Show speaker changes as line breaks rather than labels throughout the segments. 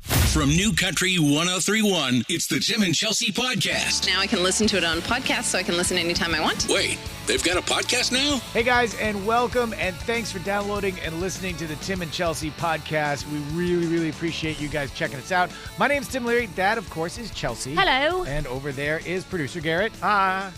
From New Country 1031, it's the Tim and Chelsea Podcast.
Now I can listen to it on podcast, so I can listen anytime I want.
Wait, they've got a podcast now?
Hey guys, and welcome, and thanks for downloading and listening to the Tim and Chelsea podcast. We really, really appreciate you guys checking us out. My name's Tim Leary. That, of course, is Chelsea.
Hello.
And over there is producer Garrett. Ah.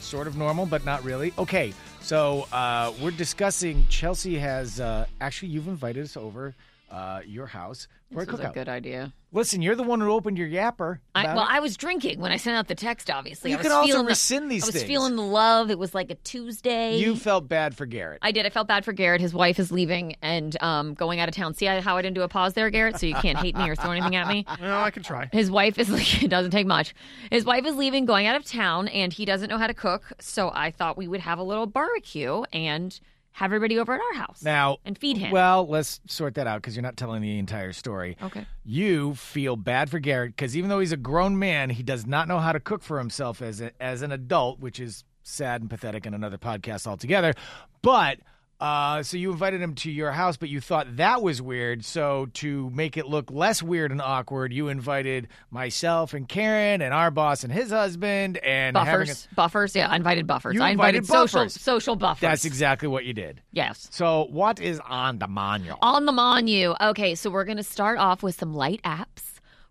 Sort of normal, but not really. Okay, so uh, we're discussing. Chelsea has uh, actually, you've invited us over uh, your house for
This
a
was
cookout.
a good idea.
Listen, you're the one who opened your yapper.
I,
about
well,
it.
I was drinking when I sent out the text. Obviously,
You
I was
can also
feeling the-
rescind these
I was
things.
feeling the love. It was like a Tuesday.
you felt bad for Garrett.
I did. I felt bad for Garrett. His wife is leaving and um, going out of town. See I- how I didn't do a pause there, Garrett? So you can't hate me or throw anything at me.
No, I can try.
His wife is like, it doesn't take much. His wife is leaving, going out of town, and he doesn't know how to cook. So I thought we would have a little barbecue and have everybody over at our house.
now
and feed him.
Well, let's sort that out because you're not telling the entire story.
Okay.
You feel bad for Garrett because even though he's a grown man, he does not know how to cook for himself as a, as an adult, which is sad and pathetic in another podcast altogether. But uh, so you invited him to your house, but you thought that was weird. So to make it look less weird and awkward, you invited myself and Karen and our boss and his husband and having a-
buffers, buffers. Yeah, I invited buffers.
You
I invited,
invited
social
buffers.
social buffers.
that's exactly what you did.
yes.
So what is on the manual?
On the menu. Okay, so we're going to start off with some light apps.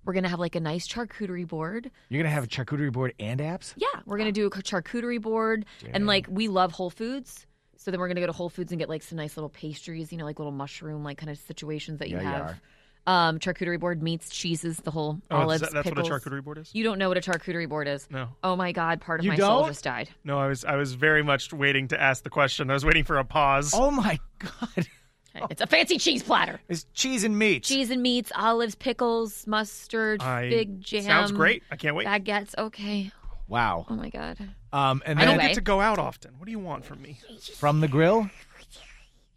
We're going to have like a nice charcuterie board.
You're gonna have a charcuterie board and apps.
Yeah, we're going to do a charcuterie board. And like, we love Whole Foods. So then we're going to go to Whole Foods and get like some nice little pastries, you know, like little mushroom, like kind of situations that you
Yeah, you
have. Um, charcuterie board, meats, cheeses, the whole
Oh,
olives.
is that- that's
pickles.
what a charcuterie board is.
You don't know what a charcuterie board is.
No.
Oh my God, part of
You
my soul
don't?
just died.
No, I was I was very much waiting to ask the question. I was waiting for a pause.
Oh my god!
It's a fancy cheese platter.
It's cheese and meat.
Oh. Cheese and meats, olives, pickles, mustard,
I-
fig jam.
Sounds great. I can't wait. I
Baguettes. Okay.
Wow.
Oh my God.
Um, and
I
then
don't
get to go out often. What do you want from me?
Oh,
from the grill.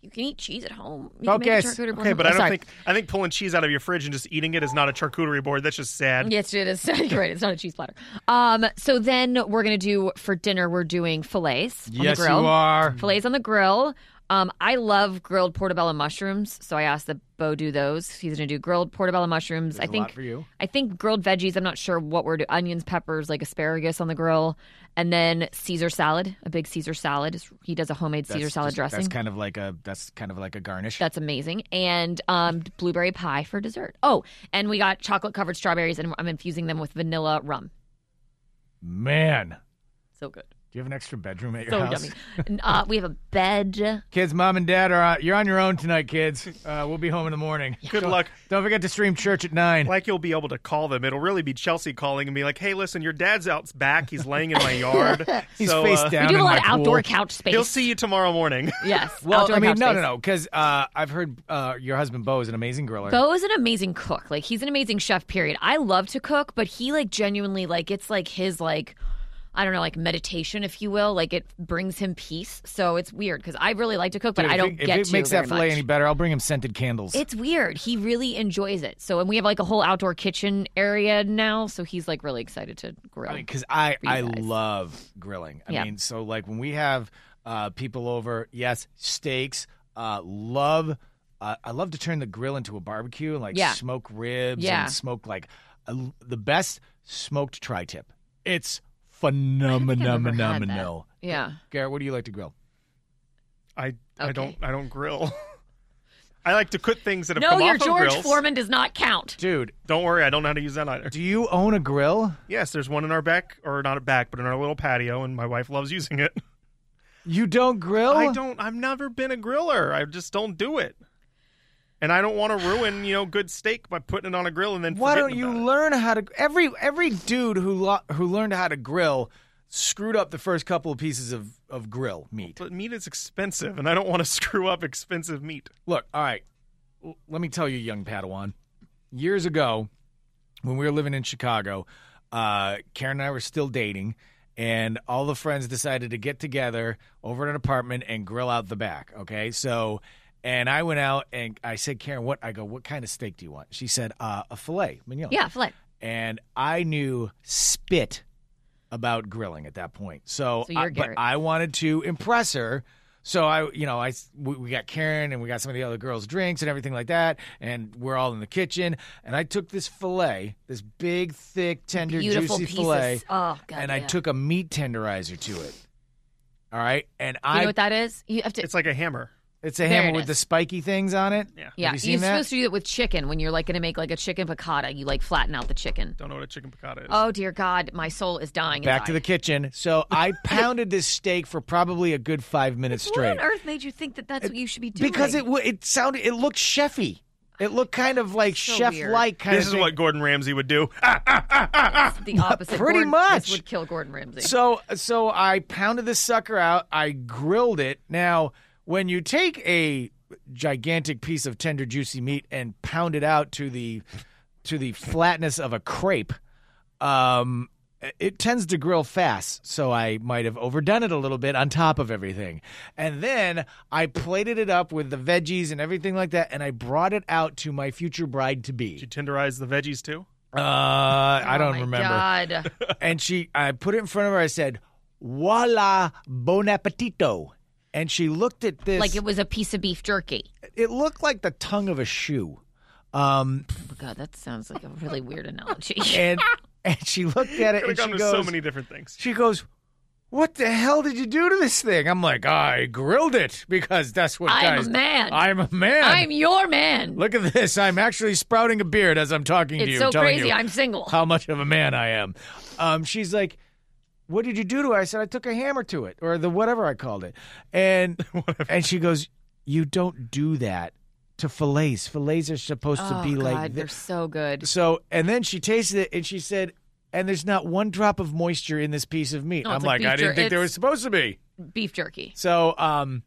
You can eat cheese at home. You can make a
Focus.
charcuterie board
Okay,
at
but
home.
I don't
Sorry.
think I think pulling cheese out of your fridge and just eating it is not a charcuterie board. That's just sad.
Yes, it is. You're right. It's not a cheese platter. Um, so then we're gonna do for dinner. We're doing fillets on
yes,
the grill.
you are.
Fillets on the grill. Um, I love grilled portobello mushrooms, so I asked that Bo do those. He's gonna do grilled portobello mushrooms. I
There's a
think
lot for you.
I think grilled veggies. I'm not sure what we're doing. Onions, peppers, like asparagus on the grill, and then Caesar salad. A big Caesar salad. He does a homemade Caesar salad
just-
dressing.
That's kind of like a that's kind of like a garnish.
That's amazing. And um, blueberry pie for dessert. Oh, and we got chocolate covered strawberries, and I'm infusing them with vanilla rum.
Man, do
So good.
you have an extra bedroom at your
So
house?
yummy. And, uh, we have a bed.
Kids, mom and dad are on, you're on your own tonight, kids. Uh, we'll be home in the morning.
Good luck.
Don't forget to stream church at nine.
Like you'll be able to call them. It'll really be Chelsea calling and be like, "Hey, listen, your dad's out back. He's laying in my yard.
He's
so,
face
uh,
down.
we
in
do have a lot
my
of outdoor
pool.
couch space.
He'll see you tomorrow morning."
Yes.
Well,
outdoor
I mean,
couch
no,
space.
no, no, because uh, I've heard uh, your husband Bo is an amazing griller.
Bo is an amazing cook. Like he's an amazing chef. Period. I love to cook, but he like genuinely like it's like his like I don't know like meditation, if you will. Like it brings him peace. So it's weird because I really like to cook, but
Dude,
I
if
don't
it-
get
If
to
it makes that
very
fillet
much.
any better, I'll bring him scented candles.
It's weird. He really enjoys it. So, and we have like a whole outdoor kitchen area now. So he's like really excited to grill.
I mean, because I
you
I
guys.
love grilling. I
Yeah.
mean, so like when we have uh, people over, yes, steaks. Uh, love, uh, I love to turn the grill into a barbecue and like
Yeah.
smoke ribs
Yeah.
and smoke like I l- the best smoked tri-tip. It's phenomenal.
ever had that. yeah.
Garrett, what do you like to grill?
I I don't
Okay.
I don't grill. I like to cook things that have
No,
come
your
off of
George
grills.
Foreman does not count.
Dude,
Don't worry, I don't know how to use that either.
do you own a grill?
Yes, there's one in our back, or not at back, but in our little patio, and my wife loves using it. Oh.
You don't grill?
I don't. I've never been a griller. I just don't do it, and I don't want to ruin you know good steak by putting it on a grill and then.
Why don't
forgetting
you
about it.
learn how to every every dude who lo- who learned how to grill screwed up the first couple of pieces of, of grill meat.
But meat is expensive, and I don't want to screw up expensive meat.
Look, all right. L- let me tell you, young Padawan. Years ago, when we were living in Chicago, uh, Karen and I were still dating, and all the friends decided to get together over at an apartment and grill out the back. Okay, so. And I went out and I said, Karen, what? I go, what kind of steak do you want? She said, uh, a filet mignon.
Yeah, filet.
And I knew spit about grilling at that point. So,
So you're
I- but
Garrett.
I wanted to impress her. So I, you know, I s- we, we got Karen and we got some of the other girls' drinks and everything like that, and we're all in the kitchen. And I took this fillet, this big, thick, tender,
Beautiful
juicy
pieces.
fillet,
Oh god.
and I
yeah.
took a meat tenderizer to it. All right, and
You
I
know what that is? You have to.
It's like a hammer.
it's a
there
hammer
it
with the
is.
spiky things on it.
Yeah.
yeah,
you seen
are
that?
supposed to do that with chicken when you're like going to make like a chicken piccata. You like flatten out the chicken.
Don't know what a chicken piccata is.
Oh dear God, my soul is dying.
Back to the
inside.
kitchen. So I pounded this steak for probably a good five minutes
What
straight.
on earth made you think that that's what you should be doing?
because it wa- it sounded it looked chefy. It looked kind of like
So
chef like kind
this
of
is
thing.
what Gordon Ramsay would do. Ah,
the opposite.
pretty
Gordon,
much.
this would kill Gordon Ramsay.
So so I pounded this sucker out. I grilled it. Now, when you take a gigantic piece of tender juicy meat and pound it out to the to the flatness of a crepe, um it tends to grill fast, so I might have overdone it a little bit on top of everything. And then I plated it up with the veggies and everything like that, and I brought it out to my future bride to be.
Did you tenderize the veggies too?
Uh, I
Oh
don't
my
remember
God.
and she I put it in front of her. I said, "Voila, bon appetito." And she looked at this.
like it was a piece of beef jerky.
it looked like the tongue of a shoe. Um,
Oh, God, that sounds like a really weird analogy.
and and she looked at it
Could have
and
gone
she
to
goes,
so many different things.
she goes, "What the hell did you do to this thing?" I'm like, "I grilled it because that's what
I'm a
guys.
man.
I'm a man.
I'm your man.
Look at this. I'm actually sprouting a beard as I'm talking to
It's
you.
so
telling
crazy.
you-
I'm single.
how much of a man I am. Um, she's like, "What did you do to her?" I said, "I took a hammer to it, or the whatever I called it." And and she goes, "You don't do that to fillets. Fillets are supposed
oh,
to be
God,
like
they're
this."
so good.
So and then she tasted it and she said. And there's not one drop of moisture in this piece of meat.
No,
I'm
it's like
like, I
beef
didn't
jer-
think there
it's-
was supposed to be.
Beef jerky.
So, um,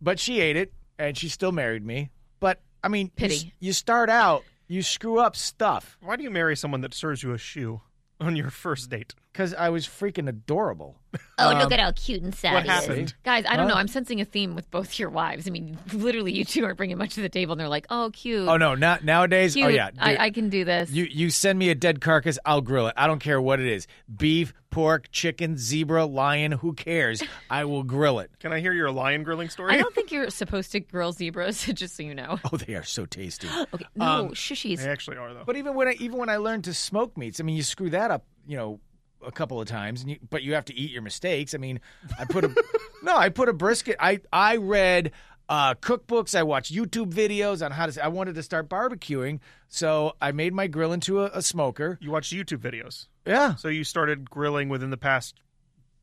but she ate it, and she still married me. But I mean, you s-
Pity.
you start out, you screw up stuff.
Why do you marry someone that serves you a shoe on your first date?
because I was freaking adorable.
Oh,
Um,
look at how cute and sad
what
he is.
happened?
Guys, I don't
Huh?
know. I'm sensing a theme with both your wives. I mean, literally, you two aren't bringing much to the table, and they're like, "Oh, cute,
Oh no, not nowadays.
cute.
Oh yeah,
I,
dude,
I can do this."
you you send me a dead carcass, I'll grill it. I don't care what it is, beef, pork, chicken, zebra, lion. Who cares? I will grill it.
Can I hear your lion grilling story?
I don't think you're supposed to grill zebras, just so you know.
Oh, they are so tasty.
Okay, no
Um,
shushies.
They actually are though.
But even when I even when I learned to smoke meats, I mean, you screw that up, you know, a couple of times, and you, but you have to eat your mistakes. I mean, I put a no, I put a brisket. I I read uh, cookbooks. I watched YouTube videos on how to. I wanted to start barbecuing, so I made my grill into a, a smoker.
You watch YouTube videos.
Yeah.
So you started grilling within the past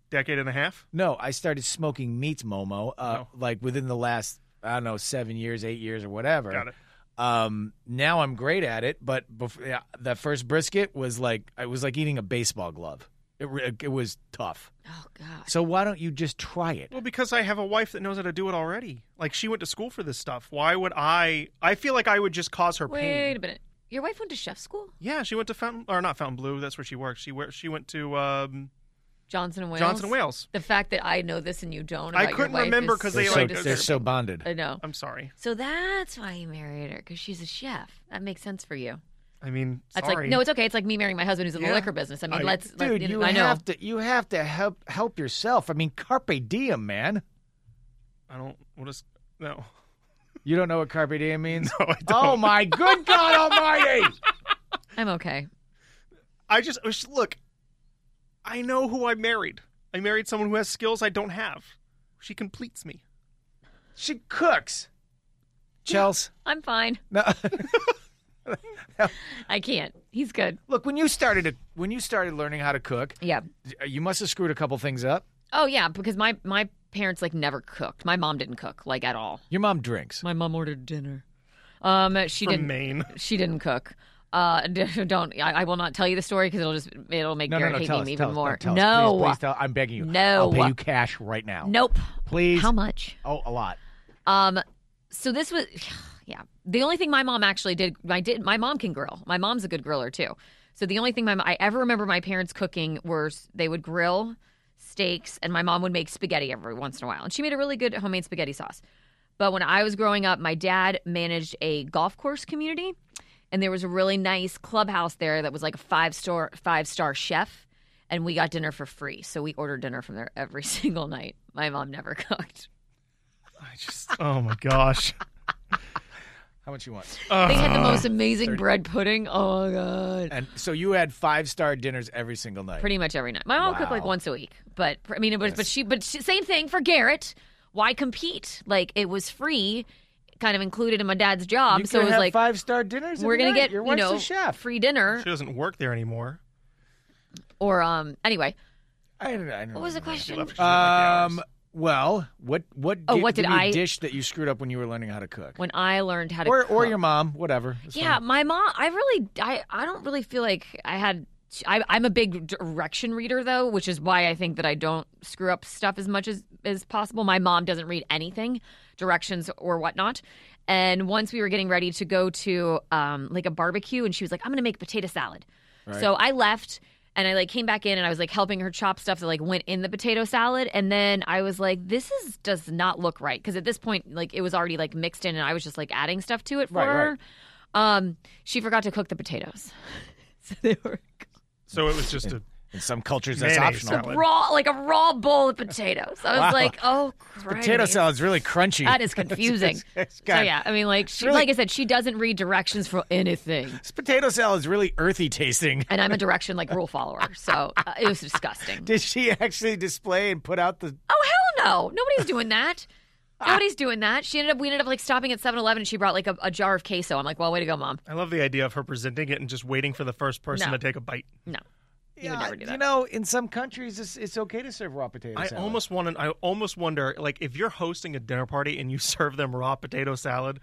decade and a half?
No, I started smoking meats, Momo, uh,
Oh.
like within the last I don't know seven years, eight years, or whatever.
Got it.
Um, now I'm great at it, but before, yeah, that first brisket was like it was like eating a baseball glove. It re- it was tough.
Oh God.
So why don't you just try it?
Well, because I have a wife that knows how to do it already. Like she went to school for this stuff. Why would I I feel like I would just cause her
Wait
pain.
a minute. Your wife went to chef school,
Yeah, she went to Fountain or not Fountain Blue, that's where she works. She where she went to um,
Johnson and Wales.
Johnson Wales.
The fact that I know this and you don't.
I
about your
couldn't
wife
remember
is
'cause
so
they,
They're so,
like,
dis-
they're so bonded.
I know.
I'm sorry.
So that's why you married her because she's a chef. That makes sense for you.
I mean,
That's
sorry.
like no, it's okay. It's like me marrying my husband who's in
Yeah.
the liquor business. I mean,
I-
let's let-
Oh, Dude, you
I know.
have to you have to help help yourself. I mean, carpe diem, man.
I don't what is no.
You don't know what carpe diem means?
No, I don't.
Oh my good God Almighty!
I'm okay.
I just I just- look. I know who I married. I married someone who has skills I don't have. She completes me.
She cooks. Chels.
I'm fine.
No.
I can't. He's good.
Look, when you started to, when you started learning how to cook,
Yeah.
you must have screwed a couple things up.
Oh yeah, because my my parents like never cooked. My mom didn't cook like at all.
Your mom drinks.
My mom ordered dinner. Um, she
From
didn't.
Maine.
She didn't cook. Uh, don't. I, I will not tell you the story because it'll just it'll make
No, no,
Garrett
no.
hate
Tell
me
us,
even
tell us,
more.
no, tell us.
no.
please, please tell. I'm begging you.
No.
I'll pay you cash right now.
Nope.
please.
How much?
Oh, a lot.
Um, so this was, yeah. The only thing my mom actually did, I did. My mom can grill. My mom's a good griller too. So the only thing my I ever remember my parents cooking were s- they would grill steaks, and my mom would make spaghetti every once in a while, and she made a really good homemade spaghetti sauce. But when I was growing up, my dad managed a golf course community, and there was a really nice clubhouse there that was like a five star five star chef, and we got dinner for free. So we ordered dinner from there every single night. My mom never cooked.
I just, oh my gosh.
How much you want?
They had the
Uh,
most amazing bread pudding. Oh my god!
And so you had five star dinners every single night.
Pretty much every night. My mom cooked like
Wow.
once a week, but I mean, it was, but she, but she, same thing for Garrett. Why compete? Like it was free, kind of included in my dad's job,
You
so it
could
was
have
like
five star dinners.
we're
every
gonna
night.
get
your
you
wife's
know
a chef.
free dinner
She doesn't work there anymore.
or um. Anyway,
I don't, I don't
what was the question?
left.
Um. Well, what what?
Oh,
di-
what did
give me a
I-
dish that you screwed up when you were learning how to cook?
When I learned how to
or or
cook.
your mom, whatever. It's
Yeah,
fine.
my mom. I really, I, I don't really feel like I had. I, I'm a big direction reader though, which is why I think that I don't screw up stuff as much as as possible. My mom doesn't read anything, directions or whatnot. And once we were getting ready to go to um, like a barbecue, and she was like, "I'm going to make potato salad." So I left. And I like came back in and I was like helping her chop stuff that like went in the potato salad. And then I was like, this is does not look right. Cause at this point, like it was already like mixed in and I was just like adding stuff to it for
Right,
her
right.
um, she forgot to cook the potatoes. so they were
So it was just a
In some cultures, that's
Mayonnaise
optional.
salad.
raw, like a raw bowl of potatoes. I was
Wow.
like, oh, Christ.
Potato salad's really crunchy.
That is confusing.
It's
so
got-
yeah, I mean, like, she,
really-
like I said, she doesn't read directions for anything,
This potato salad's really earthy tasting.
and I'm a direction like rule follower, so uh, it was disgusting.
Did she actually display and put out the?
Oh hell no! Nobody's doing that. Nobody's doing that. She ended up. We ended up like stopping at 7-Eleven, and she brought like a, a jar of queso. I'm like, well, way to go, mom.
I love the idea of her presenting it and just waiting for the first person
No.
to take a bite.
No, you
Yeah,
would never do that.
You know, in some countries, it's, it's okay to serve raw potato
I
salad.
almost want to, I almost wonder like if you're hosting a dinner party and you serve them raw potato salad,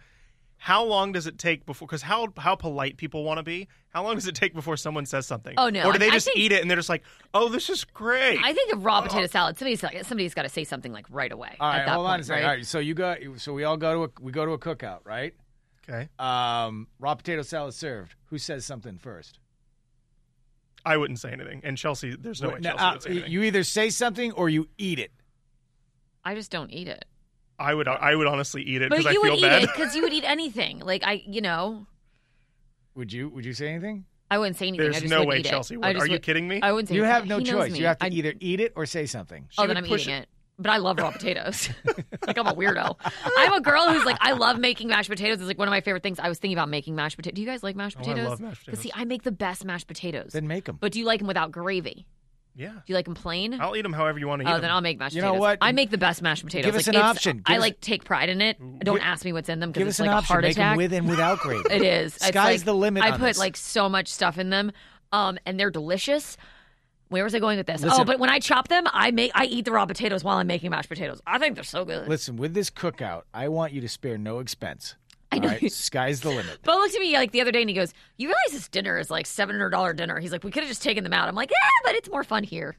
how long does it take before cuz how how polite people want to be? How long does it take before someone says something?
Oh, no,
Or do they
I- I
just
think-
eat it and they're just like, "Oh, this is great."
I think of raw potato salad. Somebody's like, somebody's got to say something like right away.
Oh. All
at
right,
that
hold
point,
on a second.
Right?
All right, so you go. So we all go to a, we go to a cookout, right?
okay.
Um, raw potato salad served. Who says something first?
I wouldn't say anything. And Chelsea, there's no way
No,
Chelsea
uh,
would say anything.
you either say something or you eat it.
I just don't eat it.
I would I would honestly eat it
But
because I
you
feel
would
bad.
eat it because you would eat anything. Like I, you know,
Would you Would you say anything?
I wouldn't say anything. I
There's
just
no
would
way
eat it.
Chelsea
I
would.
just
Are you kidding me?
I wouldn't say
You
anything.
have no
He knows
choice.
Me.
You have to
I,
either eat it or say something.
She
Oh, then I'm
would push
eating it. But I love raw potatoes. like I'm a weirdo. I'm a girl who's like, I love making mashed potatoes. It's like one of my favorite things. I was thinking about making mashed potatoes. Do you guys like mashed
Oh, I
potatoes?
love mashed
'Cause, see, I make the best mashed potatoes.
Then make them.
but do you like them without gravy?
Yeah.
Do you like them plain?
I'll eat them however you want to eat
Oh,
'em.
then I'll make mashed
You know
potatoes.
what?
I make the best mashed potatoes.
Give us
like,
an
it's-
option. Give
I
us-
like take pride in it. Don't ask me what's in them
Give
because
us
it's
an
like a
option.
heart
Make them
attack.
with and without gravy.
It is. It's
Sky's
like-
the limit.
I
on
put
this.
like so much stuff in them, um, and they're delicious. Where was I going with this? oh,
Listen-
but when I chop them, I make I eat the raw potatoes while I'm making mashed potatoes. I think they're so good.
Listen, with this cookout, I want you to spare no expense.
I know
All right? Sky's the limit.
Bo looked at me like the other day and he goes, "You realize this dinner is like seven hundred dollar dinner?" He's like, "We could have just taken them out." I'm like, "Yeah, but it's more fun here.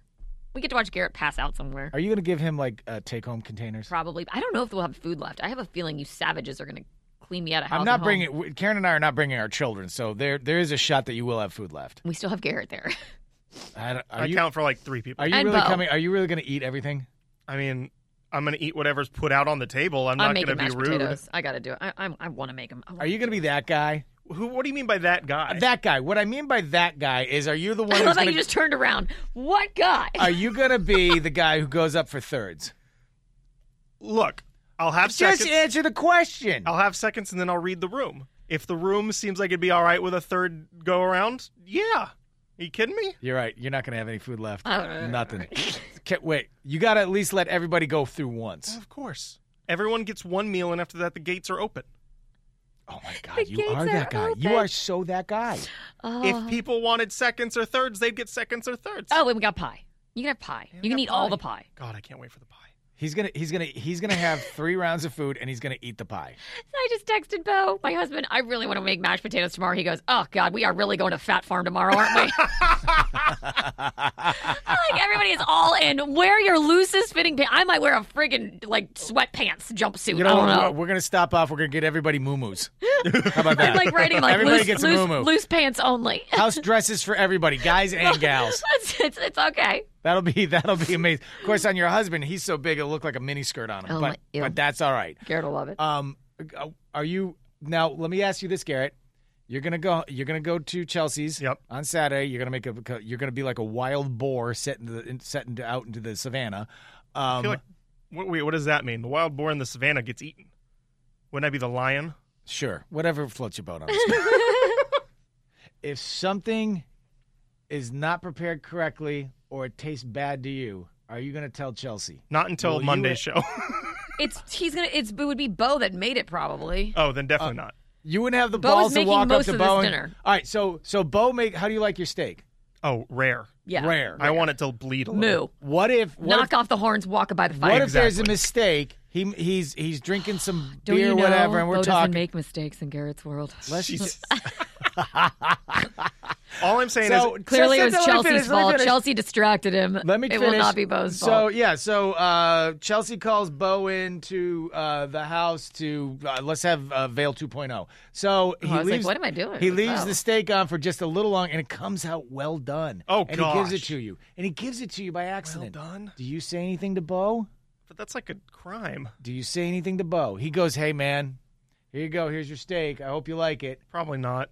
We get to watch Garrett pass out somewhere."
Are you going to give him like uh, take home containers?
Probably. I don't know if we'll have food left. I have a feeling you savages are going to clean me out of house.
I'm
and
not
home.
bringing w- Karen and I are not bringing our children, so there there is a shot that you will have food left.
We still have Garrett there.
I don't, are
I
you
count for like three people.
are you
And
really
Bo.
coming? Are you really going to eat everything?
I mean, I'm going to eat whatever's put out on the table. I'm,
I'm,
not
making
going to
mashed
be rude.
potatoes. I got to do it. I, I'm, I want to make them.
Are you going to be that guy? Uh,
Who? What do you mean by that guy?
That guy. What I mean by that guy is, are you the one
I
who's
love how
going to?
you just turned around. What guy?
Are you going to be the guy who goes up for thirds?
Look, I'll have
Just
seconds. Oh.
answer the question.
I'll have seconds, and then I'll read the room. If the room seems like it'd be all right with a third go around, yeah. Are you kidding me?
You're right. You're not going to have any food left.
Uh,
Nothing. Ca- Wait. You got to at least let everybody go through once.
Of course. Everyone gets one meal, and after that, the gates are open.
Oh my God! You
gates
are
are
that guy. You
open.
are so that guy.
If people wanted seconds or thirds, they'd get seconds or thirds.
Oh, and we got pie. You can have pie. You can eat all the pie.
God, I can't wait for the pie.
He's gonna he's gonna he's gonna have three rounds of food and he's gonna eat the pie.
I just texted Bo, my husband. I really want to make mashed potatoes tomorrow. He goes, "Oh God, we are really going to Fat Farm tomorrow, aren't we?" I like everybody is all in. Wear your loosest fitting pants. I might wear a friggin' like sweatpants jumpsuit.
You know,
I don't know.
what? we're gonna stop off. We're gonna get everybody moo-moos. How about that?
I'm like writing like
Everybody
loose,
gets a
loose,
moo-moo.
loose pants only.
House dresses for everybody, guys and gals.
it's, it's, it's okay.
That'll be that'll be amazing. Of course, on your husband, he's so big it'll look like a mini skirt on him.
Oh,
but
my- ew.
but that's all right.
Garrett will love it.
Um, are you now? Let me ask you this, Garrett. You're gonna go. You're gonna go to Chelsea's
Yep.
on Saturday. You're gonna make a. You're gonna be like a wild boar set into the, set into, out into the savannah. Um,
I feel like What, wait, what does that mean? The wild boar in the savannah gets eaten. Wouldn't that be the lion?
Sure, whatever floats your boat on. if something is not prepared correctly or it tastes bad to you, are you going to tell Chelsea?
Not until
Well, you
Monday's
would-
show.
It's he's gonna. It's it would be Bo that made it
Uh,
probably.
oh, then definitely not.
You wouldn't have the
Bo is
balls to
making
walk up
most
to
of
Bo.
this
and-
dinner.
All right, so so Bo make. How do you like your steak?
Oh, rare.
yeah.
Rare.
I want it to bleed a little.
Moo.
What if what if,
Knock off the horns. Walk it by the
what
fire.
if there's a
Exactly.
mistake? He he's he's drinking some
Don't
beer,
you know,
whatever, and
Bo
we're
doesn't
talking.
make mistakes in Garrett's world.
Jesus. All I'm saying
so
is
Clearly, it
so-
was
so let me
Chelsea's
finish, let me
fault.
finish.
Chelsea distracted him.
Let me
It
finish.
will not be Bo's
so,
fault.
yeah, so uh, Chelsea calls Bo into uh, the house to uh, let's have uh, Veil 2.0. So he
Oh, I was like,
leaves.
what am I doing
He
with
leaves
Bo?
the steak on for just a little long, and it comes out well done.
Oh,
and he gives it
gosh.
to you, and he gives it to you by accident.
done?
Do you say anything to Bo?
but that's like a crime.
Do you say anything to Bo? He goes, "Hey man, here you go. Here's your steak. I hope you like it."
Probably not.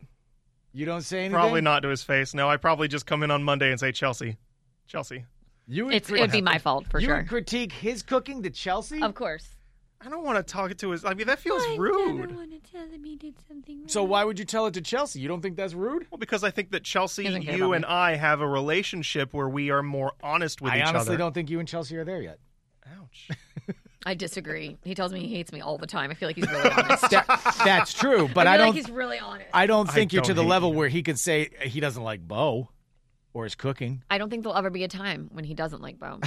You don't say anything.
Probably not to his face. No, I probably just come in on Monday and say Chelsea. Chelsea.
You would
It's,
cri-
it would be my fault for
you
sure.
would critique his cooking to Chelsea.
Of course.
I don't want to talk to his I mean that feels rude.
so why would you tell it to Chelsea? You don't think that's rude?
Well, because I think that Chelsea,
Doesn't care
you
about
and I have a relationship where we are more honest with
I
each
honestly
other.
don't think you and Chelsea are there yet.
Ouch.
I disagree. He tells me he hates me all the time. I feel like he's really honest.
that's true, but
I,
I
feel
don't.
like he's really honest. I,
I don't
I
think you're to
don't
the
hate
level
you.
where he can say he doesn't like Bo or his cooking.
don't think there'll ever be a time when he doesn't like Bo.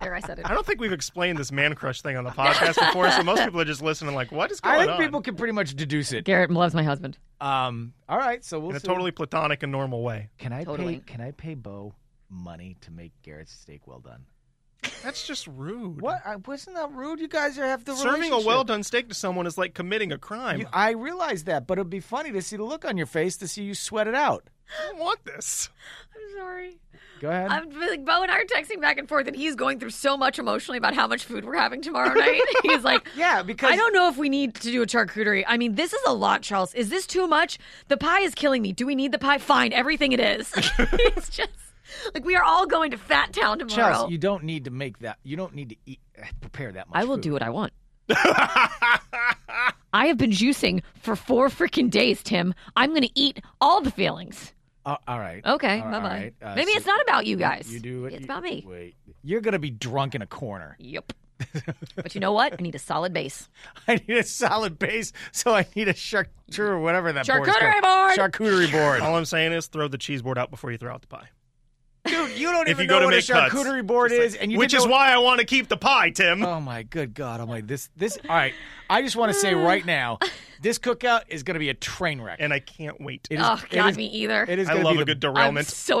there, I said it.
I don't think we've explained this man crush thing on the podcast before, so most people are just listening like, what is going
I think
on?
people can pretty much deduce it.
Garrett loves my husband.
Um, all right, so we'll
in a
see.
totally platonic and normal way.
Can I
Totally.
pay? Can I pay Bo money to make Garrett's steak well done?
That's just rude.
What? I, wasn't that rude? You guys are have the
Serving a
relationship.
well done steak to someone is like committing a crime.
You- I realize that, but it'd be funny to see the look on your face to see you sweat it out.
I don't want this.
I'm sorry.
Go ahead.
I'm like Bo and I are texting back and forth, and he's going through so much emotionally about how much food we're having tomorrow night. he's like,
yeah, because
I don't know if we need to do a charcuterie. I mean, this is a lot, Charles. Is this too much? The pie is killing me. Do we need the pie? Fine, everything it is. it's just like we are all going to Fat Town tomorrow.
Charles, you don't need to make that. You don't need to eat, prepare that much.
I will do what I want. I have been juicing for four freaking days, Tim. I'm going to eat all the feelings.
Oh, all right.
Okay,
All
bye bye.
right, uh,
Maybe
so
it's not about you guys.
You do it.
It's
you-
about me.
Wait, you're gonna be drunk in a corner.
Yep. but you know what? I need a solid base.
I need a solid base, so I need a charcuterie, or whatever that board is
Charcuterie
called.
board!
Charcuterie board.
All I'm saying is throw the cheese board out before you throw out the pie.
Dude, you don't
If
even
you
know
go to
what a
make cuts,
charcuterie board
just like-
is, and you
which
didn't
is
know-
why I want to keep the pie, Tim.
Oh my good God! I'm like this. This. All right. I just want to
Mm.
say right now, this cookout is going to be a train wreck.
and I can't wait. Ah,
It is-
Oh,
it
God,
is-
me either.
It is
I
gonna
love
be
a
the-
good
I'm
derailment.
so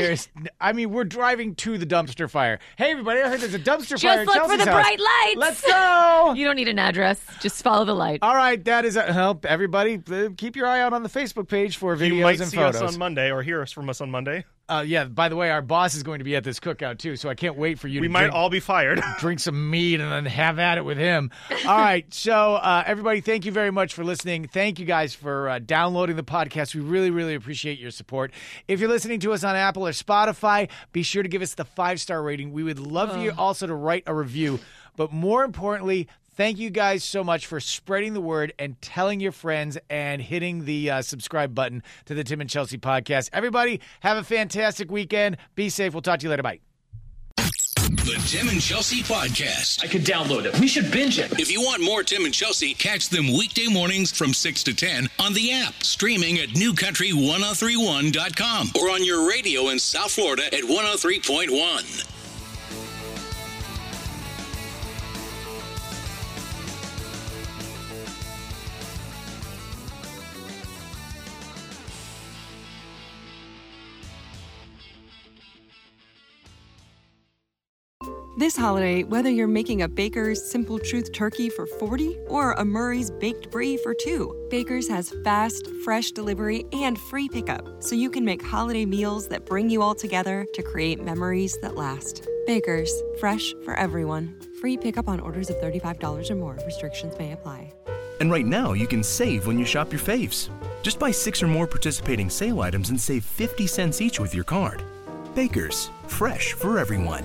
There's, I mean, we're driving to the dumpster fire. Hey, everybody! I heard there's a dumpster fire. at
Just look for
Chelsea's
the
house.
bright lights.
Let's go.
You don't need an address. Just follow the light.
All right, that is a help. Everybody, uh, keep your eye out on the Facebook page for videos
You might
and
see
photos.
us on Monday or hear us from us on Monday.
uh, yeah. By the way, our boss is going to be at this cookout too, so I can't wait for you.
We
to
might
drink,
all be fired.
drink some mead and then have at it with him. All right, so uh, everybody, thank you very much for listening. Thank you guys for uh, downloading the podcast. We really, really appreciate your support. If you're listening to us on Apple or Spotify, be sure to give us the five star rating. We would love you also to write a review, but more importantly. Thank you guys so much for spreading the word and telling your friends and hitting the uh, subscribe button to the Tim and Chelsea podcast. Everybody, have a fantastic weekend. Be safe. We'll talk to you later. Bye.
The Tim and Chelsea Podcast.
I could download it. We should binge it.
If you want more Tim and Chelsea, catch them weekday mornings from 6 to 10 on the app, streaming at newcountry1031.com or on your radio in South Florida at 103.1.
This holiday, whether you're making a Baker's Simple Truth turkey for 40 or a Murray's Baked Brie for two, Baker's has fast, fresh delivery and free pickup, so you can make holiday meals that bring you all together to create memories that last. Baker's, fresh for everyone. Free pickup on orders of $35 or more. Restrictions may apply.
And right now, you can save when you shop your faves. Just buy six or more participating sale items and save 50 cents each with your card. Baker's, fresh for everyone.